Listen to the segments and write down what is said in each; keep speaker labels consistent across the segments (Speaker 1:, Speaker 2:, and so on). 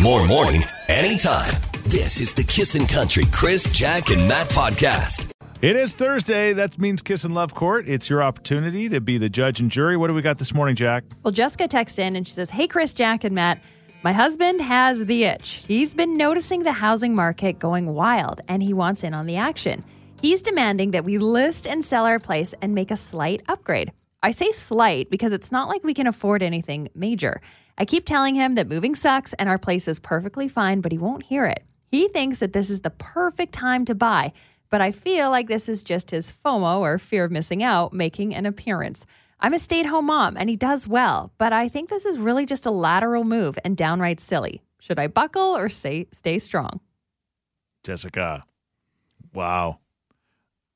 Speaker 1: More morning, anytime. This is the Kissin' Country Chris, Jack, and Matt podcast.
Speaker 2: It is Thursday. That means Kiss and Love Court. It's your opportunity to be the judge and jury. What do we got this morning, Jack?
Speaker 3: Well, Jessica texts in and she says, Hey, Chris, Jack, and Matt, my husband has the itch. He's been noticing the housing market going wild and he wants in on the action. He's demanding that we list and sell our place and make a slight upgrade. I say slight because it's not like we can afford anything major. I keep telling him that moving sucks and our place is perfectly fine, but he won't hear it. He thinks that this is the perfect time to buy, but I feel like this is just his FOMO or fear of missing out making an appearance. I'm a stay at home mom and he does well, but I think this is really just a lateral move and downright silly. Should I buckle or say stay strong?
Speaker 2: Jessica. Wow.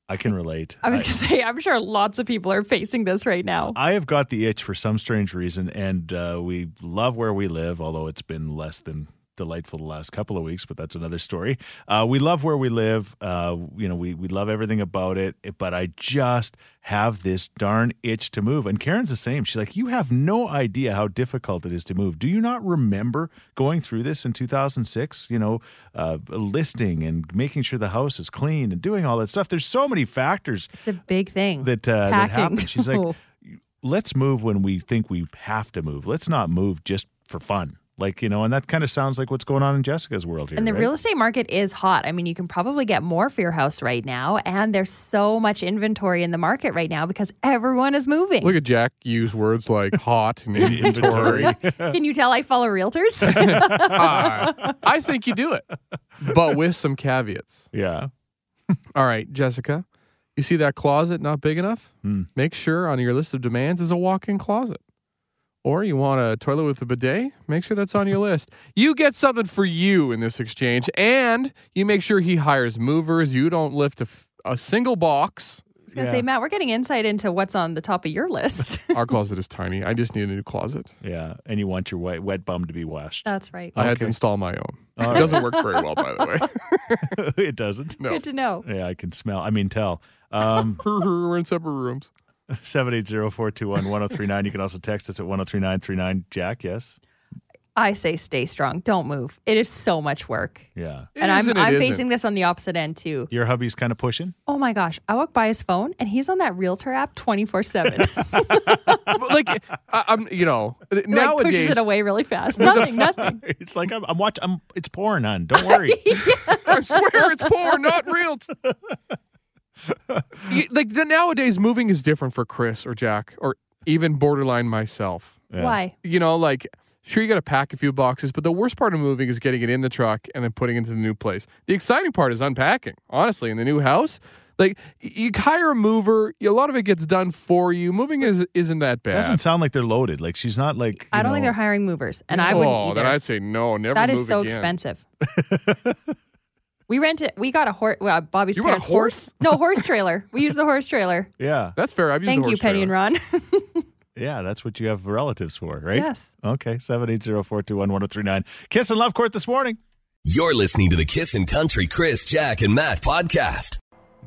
Speaker 2: I can relate.
Speaker 3: I was going to say, I'm sure lots of people are facing this right now.
Speaker 2: I have got the itch for some strange reason, and uh, we love where we live, although it's been less than delightful the last couple of weeks, but that's another story. Uh, we love where we live. Uh, you know, we, we love everything about it, but I just have this darn itch to move. And Karen's the same. She's like, You have no idea how difficult it is to move. Do you not remember going through this in 2006? You know, uh, listing and making sure the house is clean and doing all that stuff. There's so many factors
Speaker 3: It's a big thing.
Speaker 2: that uh, that
Speaker 3: Packing. Oh.
Speaker 2: happened. She's like, let's move when we think we have to move. Let's not move just for fun. Like you know, and that kind of sounds like what's going on in Jessica's world here.
Speaker 3: And the
Speaker 2: right?
Speaker 3: real estate market is hot. I mean, you can probably get more for your house right now. And there's so much inventory in the market right now because everyone is moving.
Speaker 4: Look at Jack use words like hot and
Speaker 2: Inventory.
Speaker 4: inventory.
Speaker 3: can you tell I follow realtors?
Speaker 4: Ah, I think you do it, but with some caveats.
Speaker 2: yeah,
Speaker 4: All right, Jessica, you see that closet not big enough?
Speaker 2: Hmm.
Speaker 4: Make sure on your list of demands is a walk in closet. Or you want a toilet with a bidet? Make sure that's on your list. You get something for you in this exchange, and you make sure he hires movers. You don't lift a, f- a single box.
Speaker 3: I was going to say, Matt, we're getting insight into what's on the top of your list.
Speaker 4: Our closet is tiny. I just need a new closet.
Speaker 2: yeah. And you want your wet, wet bum to be washed?
Speaker 3: That's right.
Speaker 4: I had to
Speaker 2: Okay.
Speaker 4: install my own.
Speaker 2: All
Speaker 4: it doesn't work very well, by the way.
Speaker 2: it doesn't.
Speaker 4: No.
Speaker 3: Good to know.
Speaker 2: Yeah, I can smell. I mean, tell. Um,
Speaker 4: We're in separate rooms.
Speaker 2: 780-421-1039. You can also text us at 103939. Jack, yes?
Speaker 3: I say stay strong. Don't move. It is so much work.
Speaker 2: Yeah.
Speaker 4: It
Speaker 3: and I'm,
Speaker 4: is it
Speaker 3: I'm
Speaker 4: isn't.
Speaker 3: facing this on the opposite end too.
Speaker 2: Your hubby's kind of pushing?
Speaker 3: Oh my gosh. I walk by his phone and he's on that realtor app 24 7.
Speaker 4: But, like I, I'm, you know,
Speaker 3: Like pushes
Speaker 4: nowadays
Speaker 3: it away really fast. Nothing, nothing.
Speaker 2: It's like I'm, I'm watching. I'm, it's porn on. Don't worry.
Speaker 4: I swear it's porn, not real. You- like the, nowadays, moving is different for Chris or Jack or even borderline myself.
Speaker 2: Yeah.
Speaker 3: Why?
Speaker 4: You know, like sure you got to pack a few boxes, but the worst part of moving is getting it in the truck and then putting it into the new place. The exciting part is unpacking. Honestly, in the new house. Like y- you hire a mover, a lot of it gets done for you. Moving is isn't that bad.
Speaker 2: Doesn't sound like they're loaded. Like she's not like.
Speaker 3: I
Speaker 2: you
Speaker 3: don't think
Speaker 2: know-
Speaker 3: they're hiring movers, and I wouldn't
Speaker 4: oh,
Speaker 3: either.
Speaker 4: then I'd say no, never.
Speaker 3: that
Speaker 4: move
Speaker 3: is so
Speaker 4: again.
Speaker 3: expensive. we rented. We got a horse. Well, Bobby's
Speaker 4: You want a
Speaker 3: parents' No horse trailer. We use the horse trailer.
Speaker 2: Yeah,
Speaker 4: That's fair. I've used
Speaker 3: Thank
Speaker 4: the
Speaker 3: you,
Speaker 4: horse
Speaker 3: Penny
Speaker 4: trailer.
Speaker 3: and Ron.
Speaker 2: yeah. That's what you have relatives for, right?
Speaker 3: Yes.
Speaker 2: Okay. Seven eight zero four two one one zero three nine. Kiss and love court this morning.
Speaker 1: You're listening to the Kissin' Country Chris, Jack, and Matt podcast.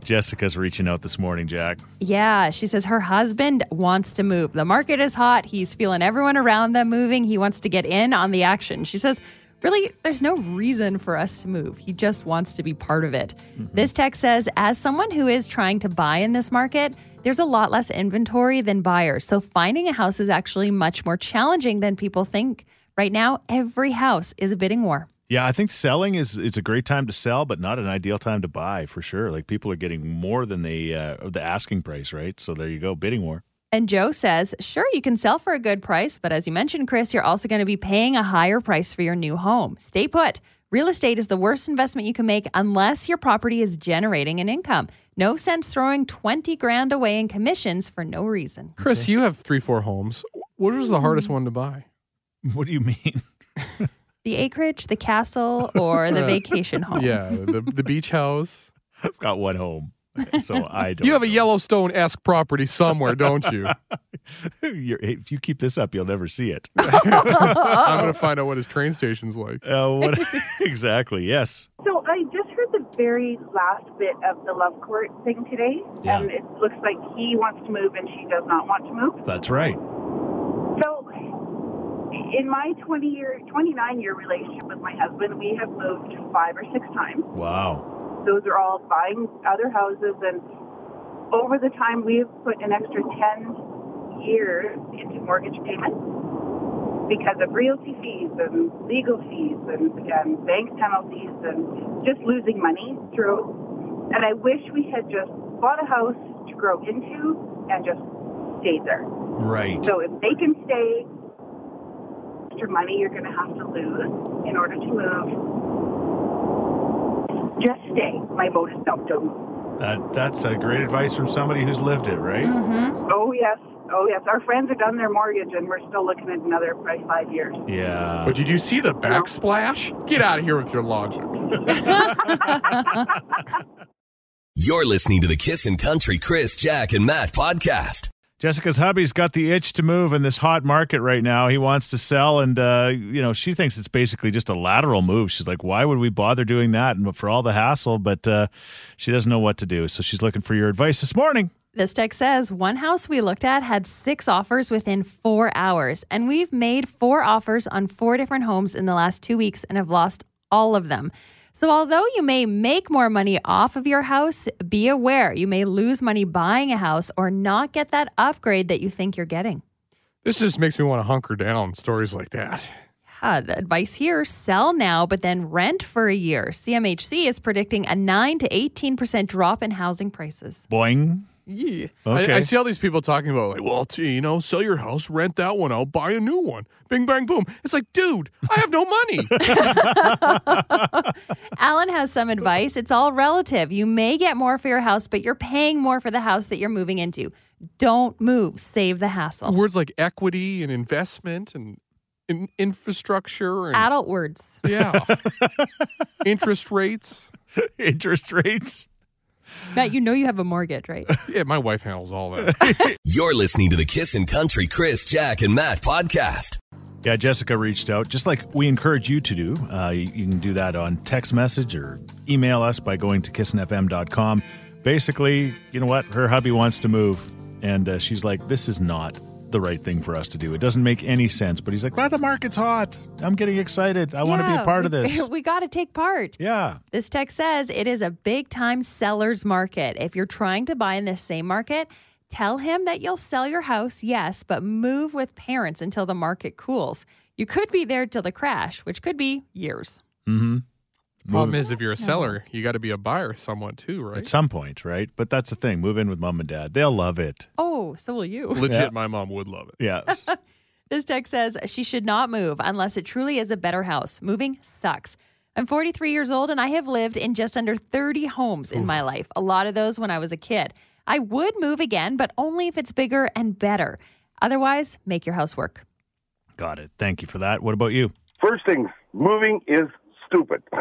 Speaker 2: Jessica's reaching out this morning, Jack.
Speaker 3: yeah, she says her husband wants to move. The market is hot. He's feeling everyone around them moving. He wants to get in on the action. She says. Really, there's no reason for us to move. He just wants to be part of it. This text says As someone who is trying to buy in this market, there's a lot less inventory than buyers. So finding a house is actually much more challenging than people think. Right now, every house is a bidding war.
Speaker 2: Yeah, I think selling is it's a great time to sell, but not an ideal time to buy for sure. Like people are getting more than the uh, the asking price, right? So there you go, bidding war.
Speaker 3: And Joe says, sure, you can sell for a good price, but as you mentioned, Chris, you're also going to be paying a higher price for your new home. Stay put. Real estate is the worst investment you can make unless your property is generating an income. No sense throwing 20 grand away in commissions for no reason.
Speaker 4: Chris, you have three, four homes. What
Speaker 3: Mm.
Speaker 4: was the hardest one to buy?
Speaker 2: What do you mean?
Speaker 3: The acreage, the castle, or the vacation home.
Speaker 4: Yeah, the, the beach house.
Speaker 2: I've got one home, so I don't.
Speaker 4: You have a
Speaker 2: know.
Speaker 4: Yellowstone esque property somewhere, don't you?
Speaker 3: Oh.
Speaker 2: You're, if you keep this up, you'll never see it.
Speaker 4: I'm going to find out what his train station's like.
Speaker 2: Uh, what, exactly. Yes.
Speaker 5: So I just heard the very last bit of the love court thing today,
Speaker 2: Yeah.
Speaker 5: and it looks like he wants to move and she does not want to move.
Speaker 2: That's right.
Speaker 5: So in my 20 year, 29 year relationship with my husband, we have moved five or six times.
Speaker 2: Wow.
Speaker 5: Those are all buying other houses, and over the time, we've put an extra 10 years into mortgage payments because of realty fees and legal fees and, and bank penalties and just losing money through. And I wish we had just bought a house to grow into and just stayed there.
Speaker 2: Right.
Speaker 5: So if they can stay, extra money you're going to have to lose in order to move. Just stay. My vote is no. Don't move.
Speaker 2: That that's a great advice from somebody who's lived it, right?
Speaker 3: Mm-hmm.
Speaker 5: Oh yes, oh yes. Our friends have done their mortgage, and we're still looking at another probably five years.
Speaker 2: Yeah.
Speaker 4: Uh, But did you see the backsplash? Get out of here with your logic.
Speaker 1: You're listening to the Kissin' Country Chris, Jack, and Matt podcast.
Speaker 2: Jessica's hubby's got the itch to move in this hot market right now. He wants to sell, and uh, you know she thinks it's basically just a lateral move. She's like, "Why would we bother doing that?" And for all the hassle, but uh, she doesn't know what to do, so she's looking for your advice this morning.
Speaker 3: This text says one house we looked at had six offers within four hours, and we've made four offers on four different homes in the last two weeks and have lost all of them. So, although you may make more money off of your house, be aware you may lose money buying a house or not get that upgrade that you think you're getting.
Speaker 4: This just makes me want to hunker down. Stories like that.
Speaker 3: Uh, the advice here sell now, but then rent for a year. CMHC is predicting a 9 to 18% drop in housing prices.
Speaker 2: Boing.
Speaker 4: Yeah.
Speaker 2: Okay.
Speaker 4: I, I see all these people talking about like, well, t- you know, sell your house, rent that one out, buy a new one. Bing bang boom. It's like, dude, I have no money.
Speaker 3: Alan has some advice. It's all relative. You may get more for your house, but you're paying more for the house that you're moving into. Don't move. Save the hassle.
Speaker 4: Words like equity and investment and in- infrastructure and
Speaker 3: Adult words.
Speaker 4: yeah, interest rates.
Speaker 2: Interest rates.
Speaker 3: Matt, you know you have a mortgage, right?
Speaker 4: Yeah, my wife handles all that.
Speaker 1: You're listening to the Kissin' Country Chris, Jack, and Matt podcast.
Speaker 2: Yeah, Jessica reached out, just like we encourage you to do. Uh, you, you can do that on text message or email us by going to kissinfm.com. Basically, you know what? Her hubby wants to move, and uh, she's like, this is not the right thing for us to do. It doesn't make any sense. But he's like, well, the market's hot. I'm getting excited. I want to be a
Speaker 3: Yeah,
Speaker 2: part
Speaker 3: we-
Speaker 2: of this.
Speaker 3: We got to take part.
Speaker 2: yeah.
Speaker 3: This text says it is a big time seller's market. If you're trying to buy in this same market, tell him that you'll sell your house, yes, but move with parents until the market cools. You could be there till the crash, which could be years.
Speaker 2: Mm-hmm.
Speaker 4: Problem is, if you're a seller, you got to be a buyer somewhat too,
Speaker 2: At
Speaker 4: right?
Speaker 2: some point, right? But that's the thing. Move in with mom and dad. They'll love it.
Speaker 3: Oh, so will you.
Speaker 4: Legit,
Speaker 2: Yeah.
Speaker 4: my mom would love it.
Speaker 2: Yeah.
Speaker 3: This text says she should not move unless it truly is a better house. Moving sucks. I'm 43 years old and I have lived in just under 30 homes in my life, a lot of those when I was a kid. I would move again, but only if it's bigger and better. Otherwise, make your house work.
Speaker 2: got it. Thank you for that. What about you?
Speaker 6: First thing, moving is stupid.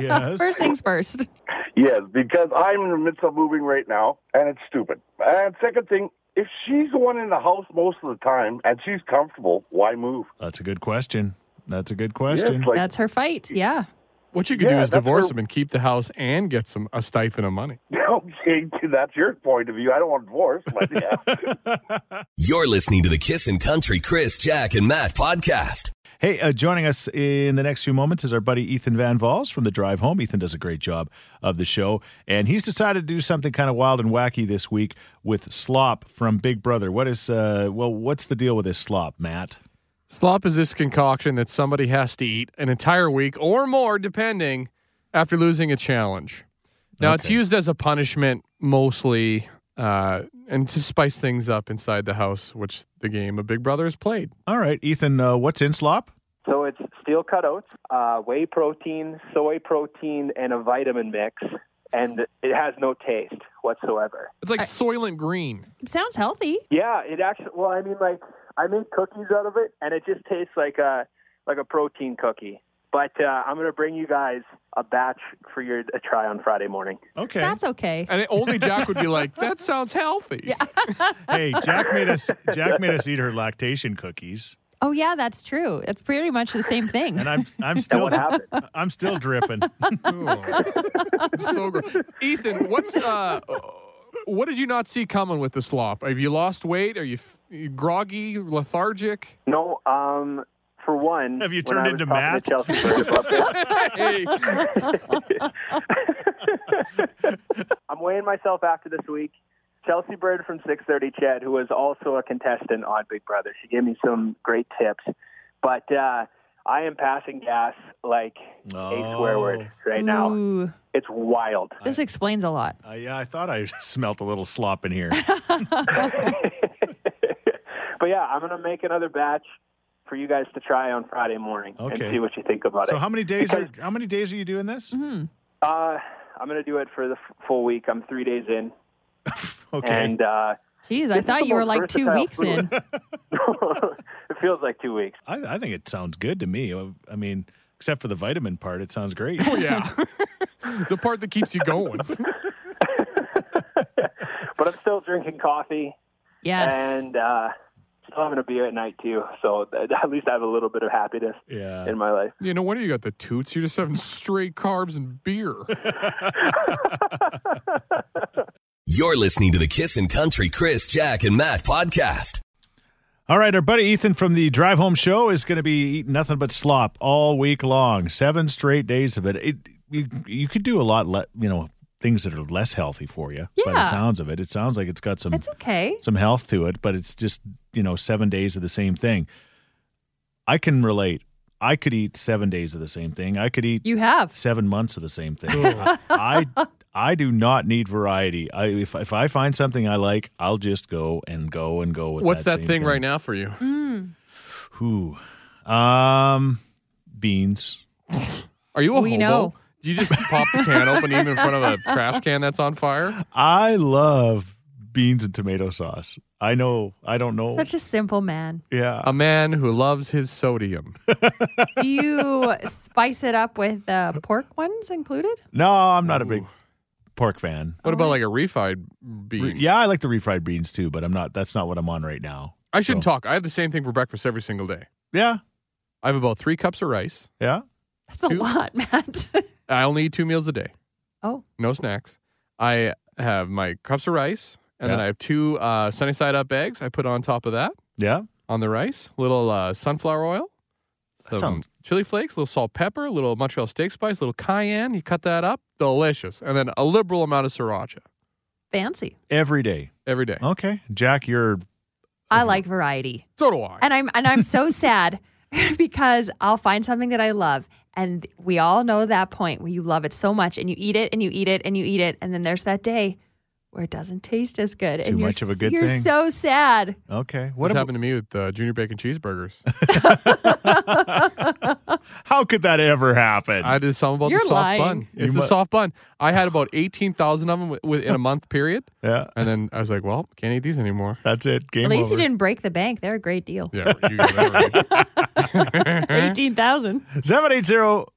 Speaker 2: Yes.
Speaker 3: First things first.
Speaker 6: yes, because I'm in the midst of moving right now, and it's stupid. And second thing, if she's the one in the house most of the time and she's comfortable, why move?
Speaker 2: That's a good question. That's a good
Speaker 6: Yeah,
Speaker 2: question.
Speaker 6: it's like,
Speaker 3: That's her fight. Yeah.
Speaker 4: What you could do
Speaker 6: Yeah,
Speaker 4: is
Speaker 6: that's
Speaker 4: divorce
Speaker 6: where-
Speaker 4: him and keep the house and get some a stipend of money.
Speaker 6: okay, that's your point of view. I don't want divorce, but yeah.
Speaker 1: You're listening to the Kissin' Country Chris, Jack, and Matt podcast.
Speaker 2: Hey, uh, joining us in the next few moments is our buddy Ethan Van Valls from The Drive Home. Ethan does a great job of the show, and he's decided to do something kind of wild and wacky this week with Slop from Big Brother. What is, uh, well, what's the deal with this Slop, Matt?
Speaker 4: Slop is this concoction that somebody has to eat an entire week or more, depending, after losing a challenge. Now, it's
Speaker 2: Okay.
Speaker 4: used as a punishment mostly uh, and to spice things up inside the house, which the game of Big Brother is played.
Speaker 2: All right, Ethan, uh, what's in Slop?
Speaker 7: So it's steel cut oats, uh, whey protein, soy protein, and a vitamin mix, and it has no taste whatsoever.
Speaker 4: It's like Soylent Green.
Speaker 3: It sounds healthy.
Speaker 7: Yeah, it actually. Well, I mean, like I made cookies out of it, and it just tastes like a like a protein cookie. But uh, I'm gonna bring you guys a batch for your to try on Friday morning.
Speaker 2: Okay.
Speaker 3: That's okay.
Speaker 4: And it- only Jack would be like, that sounds healthy. Yeah.
Speaker 2: hey, Jack made us. Jack made us eat her lactation cookies,
Speaker 3: Oh, yeah, that's true. It's pretty much the same thing.
Speaker 2: and I'm I'm still
Speaker 7: What happened?
Speaker 2: I'm
Speaker 4: Oh,
Speaker 2: still dripping.
Speaker 4: so gross. Ethan, what's uh, what did you not see coming with the slop? Have you lost weight? Are you f- groggy, lethargic?
Speaker 7: No, um, for one,
Speaker 2: Have you
Speaker 7: when
Speaker 2: turned
Speaker 7: I was
Speaker 2: into
Speaker 7: talking to
Speaker 2: Matt?
Speaker 7: Chelsea Bird about this,
Speaker 4: Hey,
Speaker 7: I'm weighing myself after this week. Chelsea Bird from 6:30 Chad, who was also a contestant on Big Brother, she gave me some great tips. But uh, I am passing gas like a
Speaker 2: Oh.
Speaker 7: swear word right now.
Speaker 3: Ooh,
Speaker 7: It's wild.
Speaker 3: this explains a lot.
Speaker 2: Uh, yeah, I thought I smelt a little slop in here.
Speaker 7: but yeah, I'm gonna make another batch for you guys to try on Friday morning
Speaker 2: Okay.
Speaker 7: and see what you think about
Speaker 2: so
Speaker 7: it.
Speaker 2: how many days are how many days are you doing this?
Speaker 7: uh, I'm gonna do it for the f- full week. I'm three days in,
Speaker 2: Okay.
Speaker 7: and uh,
Speaker 3: Jeez, I
Speaker 7: This is the
Speaker 3: thought you were
Speaker 7: most
Speaker 3: like two
Speaker 7: versatile
Speaker 3: weeks in.
Speaker 7: it feels like two weeks.
Speaker 2: I, I think it sounds good to me. I, I mean, except for the vitamin part, it sounds great.
Speaker 4: oh, yeah. the part that keeps you going.
Speaker 7: But I'm still drinking coffee
Speaker 3: Yes.
Speaker 7: and uh, still having a beer at night too. So th- at least I have a little bit of happiness
Speaker 2: Yeah.
Speaker 7: in my life.
Speaker 4: You know, wonder you got the toots. You're just having straight carbs and beer.
Speaker 1: You're listening to the Kissin' Country Chris, Jack, and Matt podcast.
Speaker 2: All right, our buddy Ethan from the Drive Home Show is going to be eating nothing but slop all week long, seven straight days of it. It you you could do a lot, le- you know, things that are less healthy for you. By the
Speaker 3: Yeah.
Speaker 2: sounds of it, it sounds like it's got some
Speaker 3: it's okay.
Speaker 2: some health to it, but it's just you know seven days of the same thing. I can relate. I could eat seven days of the same thing. I could eat
Speaker 3: You have.
Speaker 2: seven months of the same thing. I I do not need variety. I if if I find something I like, I'll just go and go and go with.
Speaker 4: What's that,
Speaker 2: same
Speaker 4: thing, right now for you?
Speaker 2: Who? Um, beans.
Speaker 4: Are you a
Speaker 3: We
Speaker 4: hobo?
Speaker 3: know.
Speaker 4: Do you just pop the can open even in front of a trash can that's on
Speaker 2: Uh,
Speaker 4: fire?
Speaker 2: I love beans and tomato sauce. I know. I don't know.
Speaker 3: Such a simple man.
Speaker 2: yeah.
Speaker 4: A man who loves his sodium.
Speaker 3: Do you spice it up with uh, pork ones included?
Speaker 2: no, I'm not a big pork fan.
Speaker 4: What about like a refried bean?
Speaker 2: Yeah, I like the refried beans too, but I'm not. That's not what I'm on right now.
Speaker 4: I shouldn't talk. I have the same thing for breakfast every single day.
Speaker 2: Yeah.
Speaker 4: I have about three cups of rice.
Speaker 2: Yeah.
Speaker 3: That's a
Speaker 4: Two.
Speaker 3: lot, Matt.
Speaker 4: I only eat two meals a day.
Speaker 3: oh,
Speaker 4: no snacks. I have my cups of rice, and then
Speaker 2: Yeah.
Speaker 4: I have two uh, sunny side up eggs. I put on top of that
Speaker 2: Yeah.
Speaker 4: on the rice, little uh, sunflower oil, some
Speaker 2: sounds-
Speaker 4: chili flakes, a little salt, pepper, a little Montreal steak spice, a little cayenne. You cut that up, delicious, and then a liberal amount of sriracha
Speaker 3: fancy.
Speaker 2: Every day.
Speaker 4: every day.
Speaker 2: Okay, Jack, you're
Speaker 3: I like variety.
Speaker 4: So do I.
Speaker 3: And I'm and I'm so sad because I'll find something that I love. And we all know that point where you love it so much and you eat it and you eat it and you eat it. And then there's that day where it doesn't taste as good.
Speaker 2: Too
Speaker 3: and you're
Speaker 2: much of a
Speaker 3: s-
Speaker 2: good
Speaker 3: You're
Speaker 2: thing.
Speaker 3: so sad.
Speaker 2: okay.
Speaker 4: What
Speaker 2: What about,
Speaker 4: happened to me with uh, junior bacon cheeseburgers?
Speaker 2: how could that ever happen?
Speaker 4: I did something about
Speaker 3: You're
Speaker 4: the soft
Speaker 3: lying.
Speaker 4: bun.
Speaker 2: You
Speaker 4: It's a
Speaker 2: mu-
Speaker 4: soft bun. I had about eighteen thousand of them within a month period,
Speaker 2: yeah,
Speaker 4: and then I was like, "Well, can't eat these anymore."
Speaker 2: that's it. Game
Speaker 3: At least
Speaker 2: over.
Speaker 3: you didn't break the bank. They're a great deal.
Speaker 4: Yeah, you got that right.
Speaker 3: Eighteen thousand.
Speaker 2: 780-421-1039.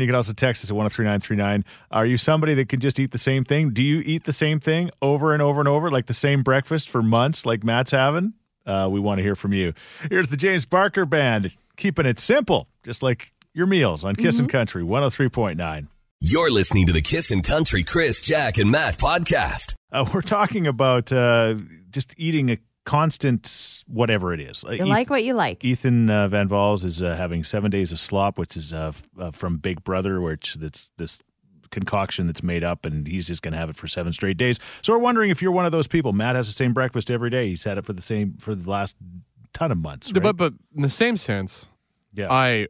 Speaker 2: You can also text us at 103939. Are you somebody that can just eat the same thing? Do you eat the same thing over and over and over, like the same breakfast for months, like Matt's having? Uh, we want to hear from you. Here's the James Barker Band, keeping it simple, just like your meals on Kissin'
Speaker 3: Mm-hmm.
Speaker 2: Country 103.9.
Speaker 1: You're listening to the Kissin' Country Chris, Jack, and Matt podcast.
Speaker 2: Uh, we're talking about uh, just eating a constant s- whatever it is.
Speaker 3: You like what you like.
Speaker 2: Ethan uh, Van Valls is uh, having seven days of slop, which is uh, f- uh, from Big Brother, which that's this concoction that's made up, and he's just going to have it for seven straight days. So we're wondering if you're one of those people. Matt has the same breakfast every day. He's had it for the same for the last ton of months. Right?
Speaker 4: But uh, but in the same sense,
Speaker 2: yeah,
Speaker 4: I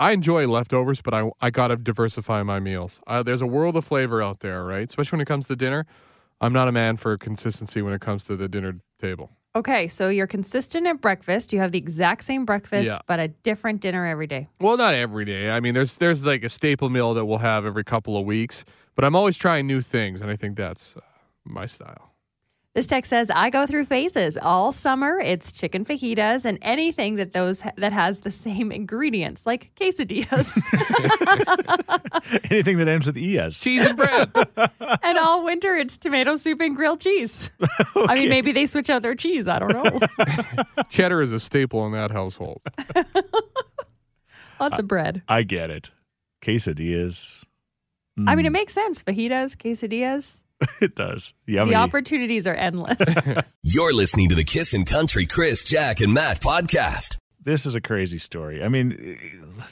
Speaker 4: I enjoy leftovers, but I I gotta diversify my meals. Uh, there's a world of flavor out there, right? Especially when it comes to dinner. I'm not a man for consistency when it comes to the dinner table.
Speaker 3: Okay, so you're consistent at breakfast. You have the exact same breakfast,
Speaker 4: Yeah.
Speaker 3: but a different dinner every day.
Speaker 4: Well, not every day. I mean, there's there's like a staple meal that we'll have every couple of weeks, but I'm always trying new things, and I think that's uh, my style.
Speaker 3: This text says, "I go through phases. All summer, it's chicken fajitas and anything that those that has the same ingredients, like quesadillas.
Speaker 2: anything that ends with E es.
Speaker 4: Cheese and bread.
Speaker 3: and all winter, it's tomato soup and grilled cheese. I mean, maybe they switch out their cheese. I don't know.
Speaker 4: Cheddar is a staple in that household.
Speaker 3: Lots of bread.
Speaker 2: I get it. Quesadillas.
Speaker 3: I mean, it makes sense. Fajitas, quesadillas.
Speaker 2: It does. Yummy.
Speaker 3: The opportunities are endless.
Speaker 1: You're listening to the Kissin' Country Chris, Jack, and Matt podcast.
Speaker 2: this is a crazy story. I mean,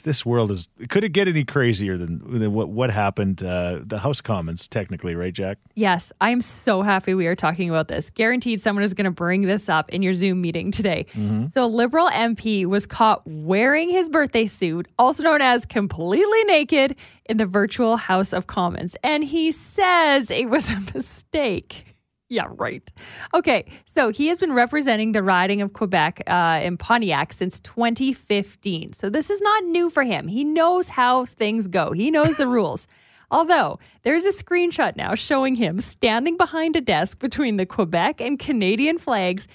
Speaker 2: this world is. Could it get any crazier than, than what what happened? Uh, the House Commons, technically, right, Jack?
Speaker 3: yes, I'm so happy we are talking about this. Guaranteed someone is going to bring this up in your Zoom meeting today. So, a Liberal MP was caught wearing his birthday suit, also known as completely naked, in the virtual House of Commons. And he says it was a mistake. Yeah, right. Okay, so he has been representing the riding of Quebec uh, in Pontiac since 2015. So this is not new for him. He knows how things go, he knows the rules. Although there's a screenshot now showing him standing behind a desk between the Quebec and Canadian flags.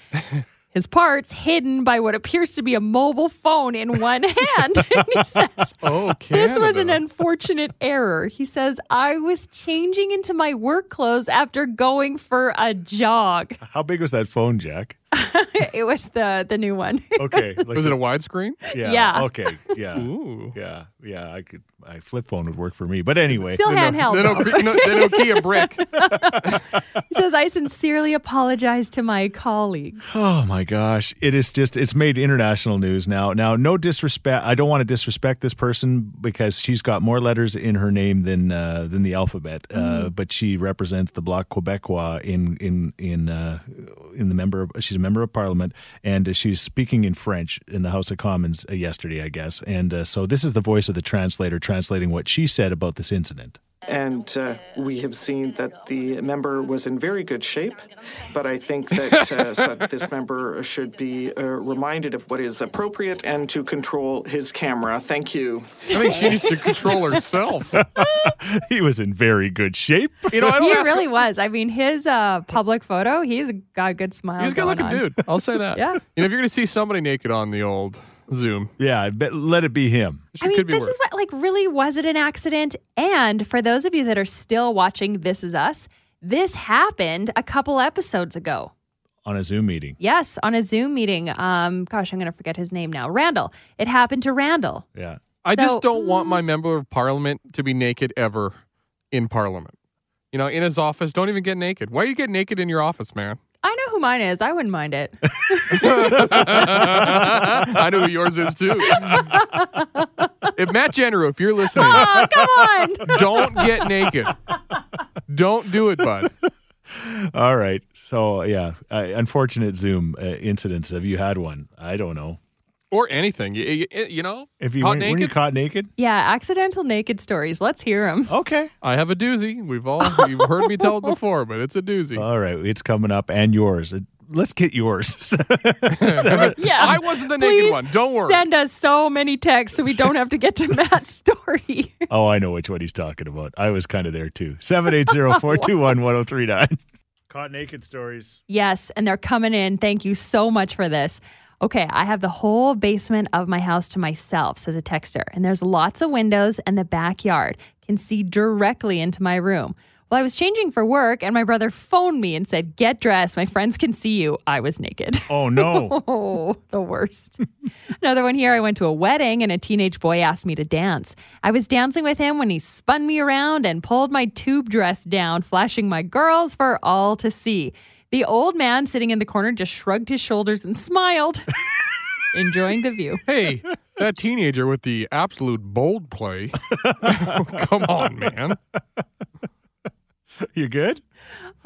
Speaker 3: His parts hidden by what appears to be a mobile phone in one hand. and he says,
Speaker 4: Oh,
Speaker 3: this was an
Speaker 4: Canada.
Speaker 3: unfortunate error. He says, I was changing into my work clothes after going for a jog.
Speaker 2: How big was that phone, Jack?
Speaker 3: it was the the new one.
Speaker 2: Okay, like
Speaker 4: Was it
Speaker 2: the-
Speaker 4: a widescreen?
Speaker 2: yeah,
Speaker 3: Yeah.
Speaker 2: Okay. Yeah.
Speaker 4: Ooh.
Speaker 2: Yeah. Yeah. I could. My flip phone would work for me. But anyway,
Speaker 3: Still
Speaker 4: They don't,
Speaker 3: handheld.
Speaker 4: they,
Speaker 3: though.
Speaker 4: don't, they, don't, they don't key a brick.
Speaker 3: He says, I sincerely apologize to my colleagues.
Speaker 2: Oh my gosh, it is just it's made international news now. Now, no disrespect, I don't want to disrespect this person because she's got more letters in her name than uh, than the alphabet, uh, but she represents the Bloc Quebecois in in in uh, in the member of, she's a member of parliament and uh, she's speaking in French in the House of Commons uh, yesterday, I guess. And uh, so this is the voice of the translator translating what she said about this incident.
Speaker 8: And uh, we have seen that the member was in very good shape, but I think that uh, so- this member should be uh, reminded of what is appropriate and to control his camera. Thank you.
Speaker 4: I think she needs to control herself.
Speaker 2: he was in very good shape.
Speaker 4: You know, I don't
Speaker 3: He
Speaker 4: ask
Speaker 3: really was. I mean, his uh, public photo, he's got a good smile.
Speaker 4: He's a good
Speaker 3: going
Speaker 4: looking
Speaker 3: on.
Speaker 4: dude. I'll say that.
Speaker 3: Yeah.
Speaker 4: You know, if you're going to see somebody naked on the old Zoom,
Speaker 2: Yeah, I bet, let it be him.
Speaker 4: she
Speaker 3: I mean,
Speaker 4: could be
Speaker 3: this
Speaker 4: worse.
Speaker 3: is what, like, really was it an accident? And for those of you that are still watching This Is Us, this happened a couple episodes ago.
Speaker 2: On a Zoom meeting.
Speaker 3: Yes, on a Zoom meeting. Um, gosh, I'm going to forget his name now. Randall. It happened to Randall.
Speaker 2: Yeah.
Speaker 4: I
Speaker 3: so- mm.
Speaker 4: just don't want my member of parliament to be naked ever in parliament. You know, in his office, don't even get naked. Why you get naked in your office, man?
Speaker 3: I know who mine is. I wouldn't mind it.
Speaker 4: I know who yours is too. if Matt Jenner, if you're listening,
Speaker 3: Oh, come on.
Speaker 4: don't get naked. Don't do it, bud.
Speaker 2: All right. So yeah, uh, unfortunate Zoom uh, incidents. Have you had one? I don't know.
Speaker 4: Or anything. You, you, you know,
Speaker 2: If you
Speaker 4: caught
Speaker 2: were
Speaker 4: naked.
Speaker 2: you caught naked.
Speaker 3: Yeah, accidental naked stories. Let's hear them.
Speaker 2: Okay.
Speaker 4: I have a doozy. We've all you've heard me tell it before, but it's a doozy.
Speaker 2: All right. It's coming up, and yours. Uh, Let's get yours. Seven-
Speaker 3: Yeah.
Speaker 4: I wasn't the
Speaker 3: Please
Speaker 4: naked one. Don't worry.
Speaker 3: Send us so many texts so we don't have to get to Matt's story.
Speaker 2: oh, I know which one he's talking about. I was kind of there too. Seven eight zero four two one one zero three nine. Caught naked stories.
Speaker 3: yes, and they're coming in. Thank you so much for this. Okay, I have the whole basement of my house to myself, says a texter, and there's lots of windows, and the backyard can see directly into my room. Well, I was changing for work, and my brother phoned me and said, Get dressed. My friends can see you. I was naked.
Speaker 2: Oh no.
Speaker 3: Oh, the worst. Another one here. I went to a wedding and a teenage boy asked me to dance. I was dancing with him when he spun me around and pulled my tube dress down, flashing my girls for all to see. The old man sitting in the corner just shrugged his shoulders and smiled, enjoying the view.
Speaker 4: hey, that teenager with the absolute bold play. Come on, man.
Speaker 2: you good?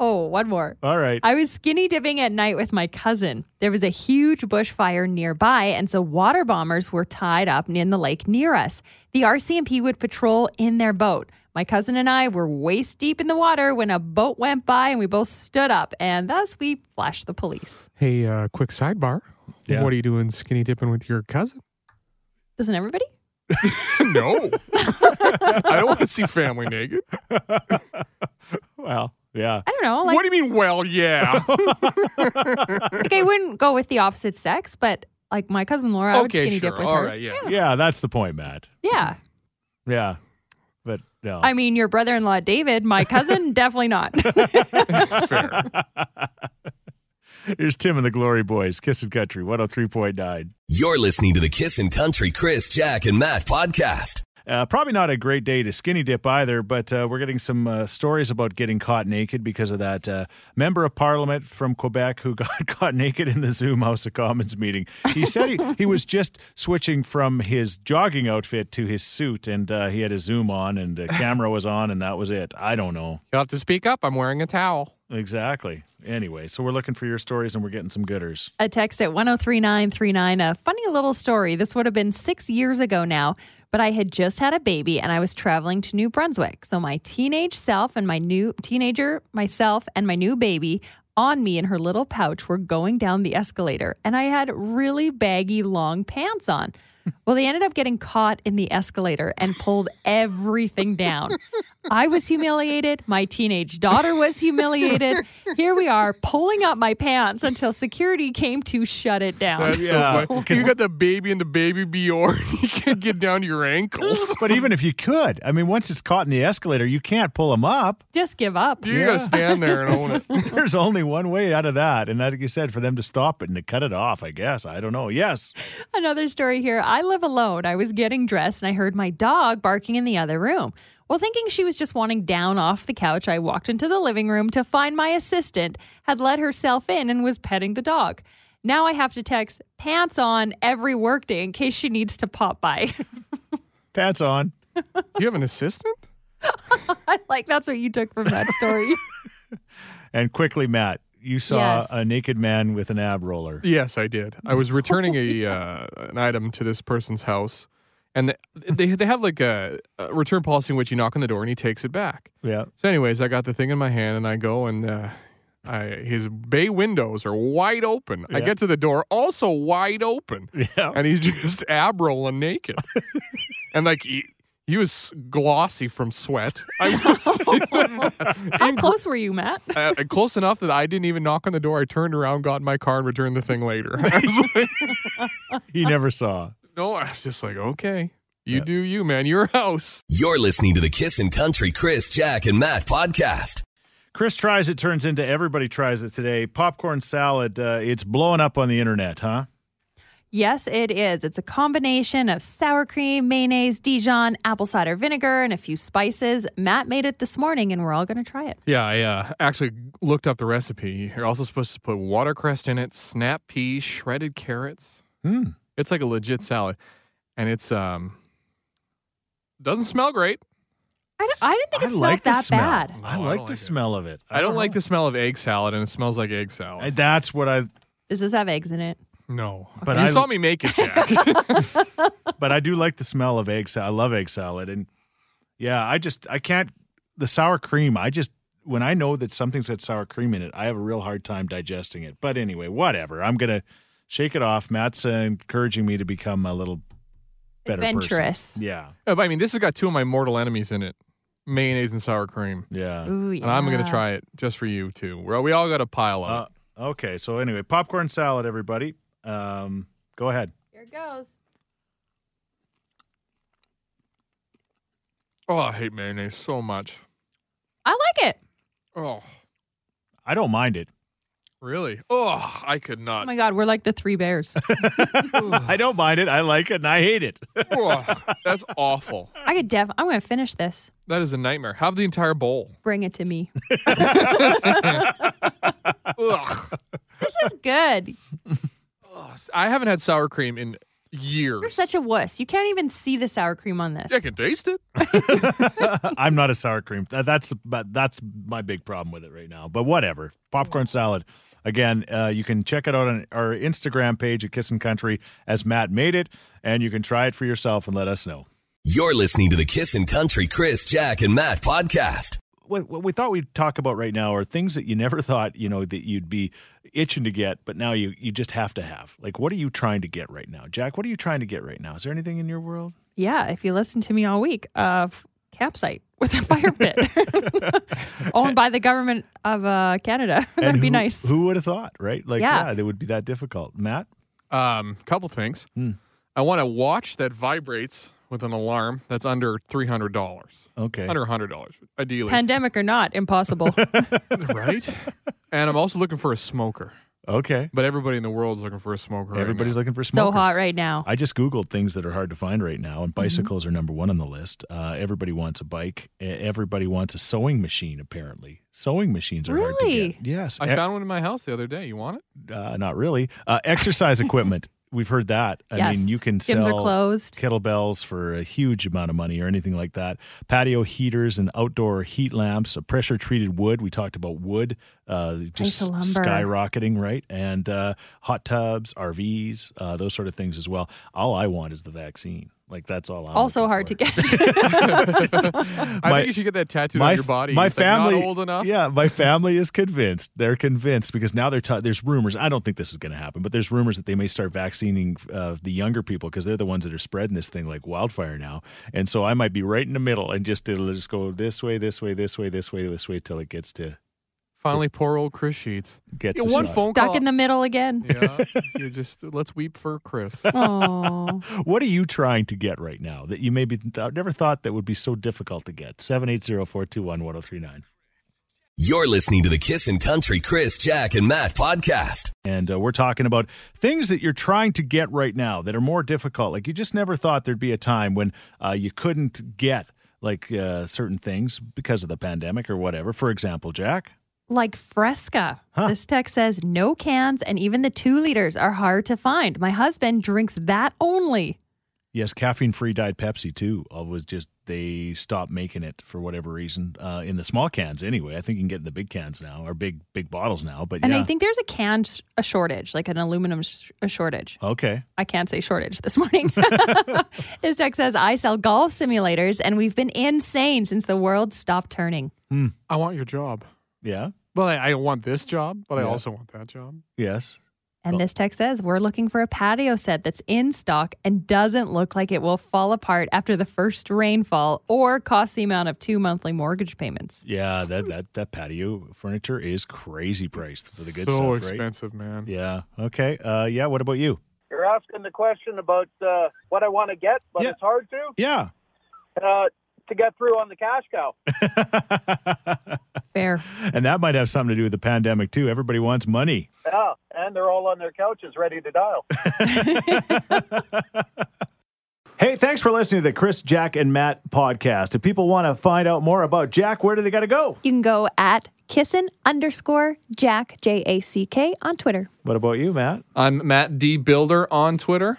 Speaker 3: Oh, one more.
Speaker 2: All right.
Speaker 3: I was skinny dipping at night with my cousin. There was a huge bushfire nearby, and so water bombers were tied up in the lake near us. The RCMP would patrol in their boat. My cousin and I were waist deep in the water when a boat went by, and we both stood up, and thus we flashed the police.
Speaker 4: Hey, uh, quick sidebar.
Speaker 2: Yeah.
Speaker 4: What are you doing skinny dipping with your cousin?
Speaker 3: Doesn't everybody?
Speaker 4: no. I don't want to see family naked.
Speaker 2: well, yeah.
Speaker 3: I don't know. Like,
Speaker 4: what do you mean, well, yeah?
Speaker 3: like, I wouldn't go with the opposite sex, but like my cousin Laura, I would
Speaker 4: okay,
Speaker 3: skinny
Speaker 4: sure.
Speaker 3: dip with
Speaker 4: All
Speaker 3: her.
Speaker 4: right, yeah.
Speaker 2: Yeah, that's the point, Matt.
Speaker 3: Yeah.
Speaker 2: Yeah. But no.
Speaker 3: I mean, your brother in law, David, my cousin, definitely not.
Speaker 4: Fair.
Speaker 2: Here's Tim and the Glory Boys, Kissin' Country 103.9.
Speaker 1: You're listening to the Kissin' Country Chris, Jack, and Matt podcast.
Speaker 2: Uh, probably not a great day to skinny dip either, but uh, we're getting some uh, stories about getting caught naked because of that uh, member of parliament from Quebec who got caught naked in the Zoom House of Commons meeting. He said he, he was just switching from his jogging outfit to his suit, and uh, he had a Zoom on, and the camera was on, and that was it. I don't know.
Speaker 4: You'll have to speak up. I'm wearing a towel.
Speaker 2: Exactly. Anyway, so we're looking for your stories and we're getting some gooders.
Speaker 3: A text at 103939. A funny little story. This would have been six years ago now, but I had just had a baby and I was traveling to New Brunswick. So my teenage self and my new teenager, myself, and my new baby on me in her little pouch were going down the escalator. And I had really baggy, long pants on. Well, they ended up getting caught in the escalator and pulled everything down. I was humiliated. My teenage daughter was humiliated. Here we are pulling up my pants until security came to shut it down.
Speaker 4: That's
Speaker 2: Yeah,
Speaker 4: so funny.
Speaker 2: 'cause-
Speaker 4: You got the baby and the baby Bjorn. You can't get down to your ankles.
Speaker 2: But even if you could, I mean, once it's caught in the escalator, you can't pull them up.
Speaker 3: Just give up.
Speaker 4: You gotta stand there and own it.
Speaker 2: There's only one way out of that, and that, like you said, for them to stop it and to cut it off. I guess I don't know. Yes,
Speaker 3: Another story here. I live alone. I was getting dressed and I heard my dog barking in the other room. Well, thinking she was just wanting down off the couch, I walked into the living room to find my assistant had let herself in and was petting the dog. Now I have to text pants on every workday in case she needs to pop by.
Speaker 2: pants on.
Speaker 4: You have an assistant?
Speaker 3: I like that's what you took from that story.
Speaker 2: And quickly, Matt, you saw
Speaker 3: Yes.
Speaker 2: a naked man with an ab roller.
Speaker 4: Yes, I did. I was returning a uh, an item to this person's house, and they they have like a, a return policy in which you knock on the door and he takes it back.
Speaker 2: Yeah,
Speaker 4: So, anyways, I got the thing in my hand and I go and uh, I his bay windows are wide open. I
Speaker 2: Yeah.
Speaker 4: get to the door, also wide open,
Speaker 2: yeah.
Speaker 4: and he's just ab rolling naked, and like he, he was glossy from sweat. I was
Speaker 3: How close were you, Matt?
Speaker 4: uh, close enough that I didn't even knock on the door. I turned around, got in my car, and returned the thing later. I was like,
Speaker 2: he never saw.
Speaker 4: no, I was just like, okay, you do you, man. Your house.
Speaker 1: You're listening to the Kissin' Country Chris, Jack, and Matt podcast.
Speaker 2: Chris tries it turns into everybody tries it today. Popcorn salad. Uh, it's blowing up on the internet, huh?
Speaker 3: Yes, it is. It's a combination of sour cream, mayonnaise, Dijon, apple cider vinegar, and a few spices. Matt made it this morning, and we're all going to try it.
Speaker 4: Yeah, I uh, actually looked up the recipe. You're also supposed to put watercress in it, snap peas, shredded carrots.
Speaker 2: Hmm.
Speaker 4: It's like a legit salad, and it's um doesn't smell great.
Speaker 3: I, don't, I didn't think it
Speaker 2: I
Speaker 3: smelled
Speaker 2: like the
Speaker 3: that
Speaker 2: smell.
Speaker 3: bad.
Speaker 2: I
Speaker 4: No, Oh, I
Speaker 2: like
Speaker 4: don't
Speaker 2: the
Speaker 4: like it.
Speaker 2: smell of it.
Speaker 4: I don't like
Speaker 2: know.
Speaker 4: the smell of egg salad, and it smells like egg salad.
Speaker 2: I- That's what I.
Speaker 3: Does this have eggs in it?
Speaker 4: no,
Speaker 2: But
Speaker 4: but you
Speaker 2: I-
Speaker 4: saw me make it, Jack.
Speaker 2: But I do like the smell of egg salad. I love egg salad, and yeah, I just I can't the sour cream. I just when I know that something's got sour cream in it, I have a real hard time digesting it. But anyway, whatever. I'm gonna shake it off. Matt's uh, encouraging me to become a little better person.
Speaker 3: Adventurous.
Speaker 2: Yeah,
Speaker 4: Uh, but I mean, this has got two of my mortal enemies in it: mayonnaise and sour cream.
Speaker 2: yeah.
Speaker 3: Ooh, yeah.
Speaker 4: And I'm gonna try it just for you too. We're, we all got a pile of
Speaker 2: Uh, okay, so anyway, popcorn salad, everybody. Um, go ahead.
Speaker 3: Here it goes.
Speaker 4: it. Oh, I hate mayonnaise so much.
Speaker 3: I like it.
Speaker 4: Oh,
Speaker 2: I don't mind it.
Speaker 4: really? Oh, I could
Speaker 3: Oh
Speaker 4: not.
Speaker 3: my God, we're like the three bears.
Speaker 2: I don't mind it. I like it and I hate it.
Speaker 4: Ugh, that's awful.
Speaker 3: I could def. I'm going to finish this.
Speaker 4: That is a nightmare. Have the entire bowl.
Speaker 3: Bring it to me.
Speaker 4: Ugh.
Speaker 3: This is good.
Speaker 4: Ugh, I haven't had sour cream in years.
Speaker 3: You're such a wuss. You can't even see the sour cream on this.
Speaker 4: I can taste it.
Speaker 2: I'm not a sour cream. That- That's the- but that's my big problem with it right now. But whatever. Popcorn
Speaker 3: Mm.
Speaker 2: salad. Again, uh, you can check it out on our Instagram page at Kissin' Country as Matt made it, and you can try it for yourself and let us know.
Speaker 1: You're listening to the Kissin' Country Chris, Jack, and Matt podcast.
Speaker 2: What, what we thought we'd talk about right now are things that you never thought you know that you'd be itching to get, but now you you just have to have. Like, what are you trying to get right now, Jack? What are you trying to get right now? Is there anything in your world?
Speaker 3: Yeah, if you listen to me all week, of campsite with a fire pit owned by the government of uh, Canada. That'd
Speaker 2: And
Speaker 3: be
Speaker 2: who-
Speaker 3: nice.
Speaker 2: Who would have thought, right? Like,
Speaker 3: Yeah.
Speaker 2: yeah, they would be that difficult, Matt.
Speaker 4: Um, couple things.
Speaker 2: Hmm.
Speaker 4: I want a watch that vibrates with an alarm that's under three hundred dollars.
Speaker 2: Okay.
Speaker 4: Under hundred dollars, ideally.
Speaker 3: Pandemic or not, impossible.
Speaker 4: right? and I'm also looking for a smoker.
Speaker 2: Okay.
Speaker 4: But everybody in the world's looking for a smoker. right
Speaker 2: Everybody's
Speaker 4: now.
Speaker 2: looking for
Speaker 3: So
Speaker 2: smokers.
Speaker 3: hot right now. Mm-hmm.
Speaker 2: I just Googled things that are hard to find right now, and bicycles are number one on the list. Uh, everybody wants a bike. E- Everybody wants a sewing machine, apparently. Sewing machines are hard to
Speaker 3: Really?
Speaker 2: get. Yes.
Speaker 4: I
Speaker 2: E-
Speaker 4: found one in my house the other day. You want it?
Speaker 2: uh, not really. Uh, exercise equipment. We've heard that. I
Speaker 3: yes.
Speaker 2: mean, you can
Speaker 3: Gyms
Speaker 2: sell
Speaker 3: are closed.
Speaker 2: kettlebells for a huge amount of money or anything like that. Patio heaters and outdoor heat lamps, a pressure treated wood. We talked about wood, uh, just
Speaker 3: lumber.
Speaker 2: skyrocketing, right? And uh, hot tubs, RVs, uh, those sort of things as well. All I want is the vaccine. Like that's all. I'm
Speaker 3: Also
Speaker 2: looking
Speaker 3: hard
Speaker 2: for.
Speaker 3: to get.
Speaker 4: I
Speaker 2: My-
Speaker 4: think you should get that tattooed
Speaker 2: My
Speaker 4: on your
Speaker 2: f-
Speaker 4: body.
Speaker 2: my
Speaker 4: It's like,
Speaker 2: family,
Speaker 4: not old enough.
Speaker 2: Yeah, my family is convinced. They're convinced because now they're ta- there's rumors. I don't think this is going to happen, but there's rumors that they may start vaccinating uh, the younger people because they're the ones that are spreading this thing like wildfire now. And so I might be right in the middle and just it'll just go this way, this way, this way, this way, this way till it gets to
Speaker 4: Finally, poor old Chris Sheets.
Speaker 2: gets
Speaker 4: Yeah,
Speaker 2: to
Speaker 4: one
Speaker 2: shot.
Speaker 4: phone
Speaker 3: Stuck
Speaker 4: call-
Speaker 3: in the middle again.
Speaker 4: Yeah, you just let's weep for Chris.
Speaker 3: Oh.
Speaker 2: What are you trying to get right now that you maybe th- never thought that would be so difficult to get? 780-421-1039.
Speaker 1: You're listening to the Kissin' Country Chris, Jack, and Matt podcast.
Speaker 2: And uh, we're talking about things that you're trying to get right now that are more difficult. Like you just never thought there'd be a time when uh, you couldn't get like uh, certain things because of the pandemic or whatever. For example, Jack.
Speaker 3: like Fresca. This text says no cans and even the two liters are hard to find. My husband drinks that only.
Speaker 2: Yes, caffeine free diet Pepsi too. Uh, was just they stopped making it for whatever reason uh, in the small cans anyway. I think you can get in the big cans now or big big bottles now. But
Speaker 3: And
Speaker 2: yeah,
Speaker 3: I think there's a can sh- a shortage, like an aluminum sh- a shortage.
Speaker 2: okay.
Speaker 3: I can't say shortage this morning. this text says I sell golf simulators and we've been insane since the world stopped turning.
Speaker 4: I want your job.
Speaker 2: Yeah.
Speaker 4: Well, I, I want this job, but I
Speaker 2: Yeah.
Speaker 4: also want that job.
Speaker 2: Yes.
Speaker 3: And this text says we're looking for a patio set that's in stock and doesn't look like it will fall apart after the first rainfall or cost the amount of two monthly mortgage payments.
Speaker 2: Yeah. That that that patio furniture is crazy priced for the good
Speaker 4: so
Speaker 2: stuff, right?
Speaker 4: expensive, man.
Speaker 2: Yeah. Okay. Uh, yeah. What about you?
Speaker 9: You're asking the question about uh, what I want to get, but
Speaker 2: Yeah.
Speaker 9: it's hard to
Speaker 2: Yeah.
Speaker 9: uh, to get through on the cash cow.
Speaker 3: Fair.
Speaker 2: and that might have something to do with the pandemic too. Everybody wants money.
Speaker 9: Yeah, and they're all on their couches ready to dial.
Speaker 2: Hey, thanks for listening to the Chris, Jack, and Matt podcast. If people want to find out more about Jack, where do they got to go?
Speaker 10: You can go at kissin underscore Jack, J A C K, on Twitter.
Speaker 2: What about you, Matt?
Speaker 4: I'm Matt D Builder on Twitter.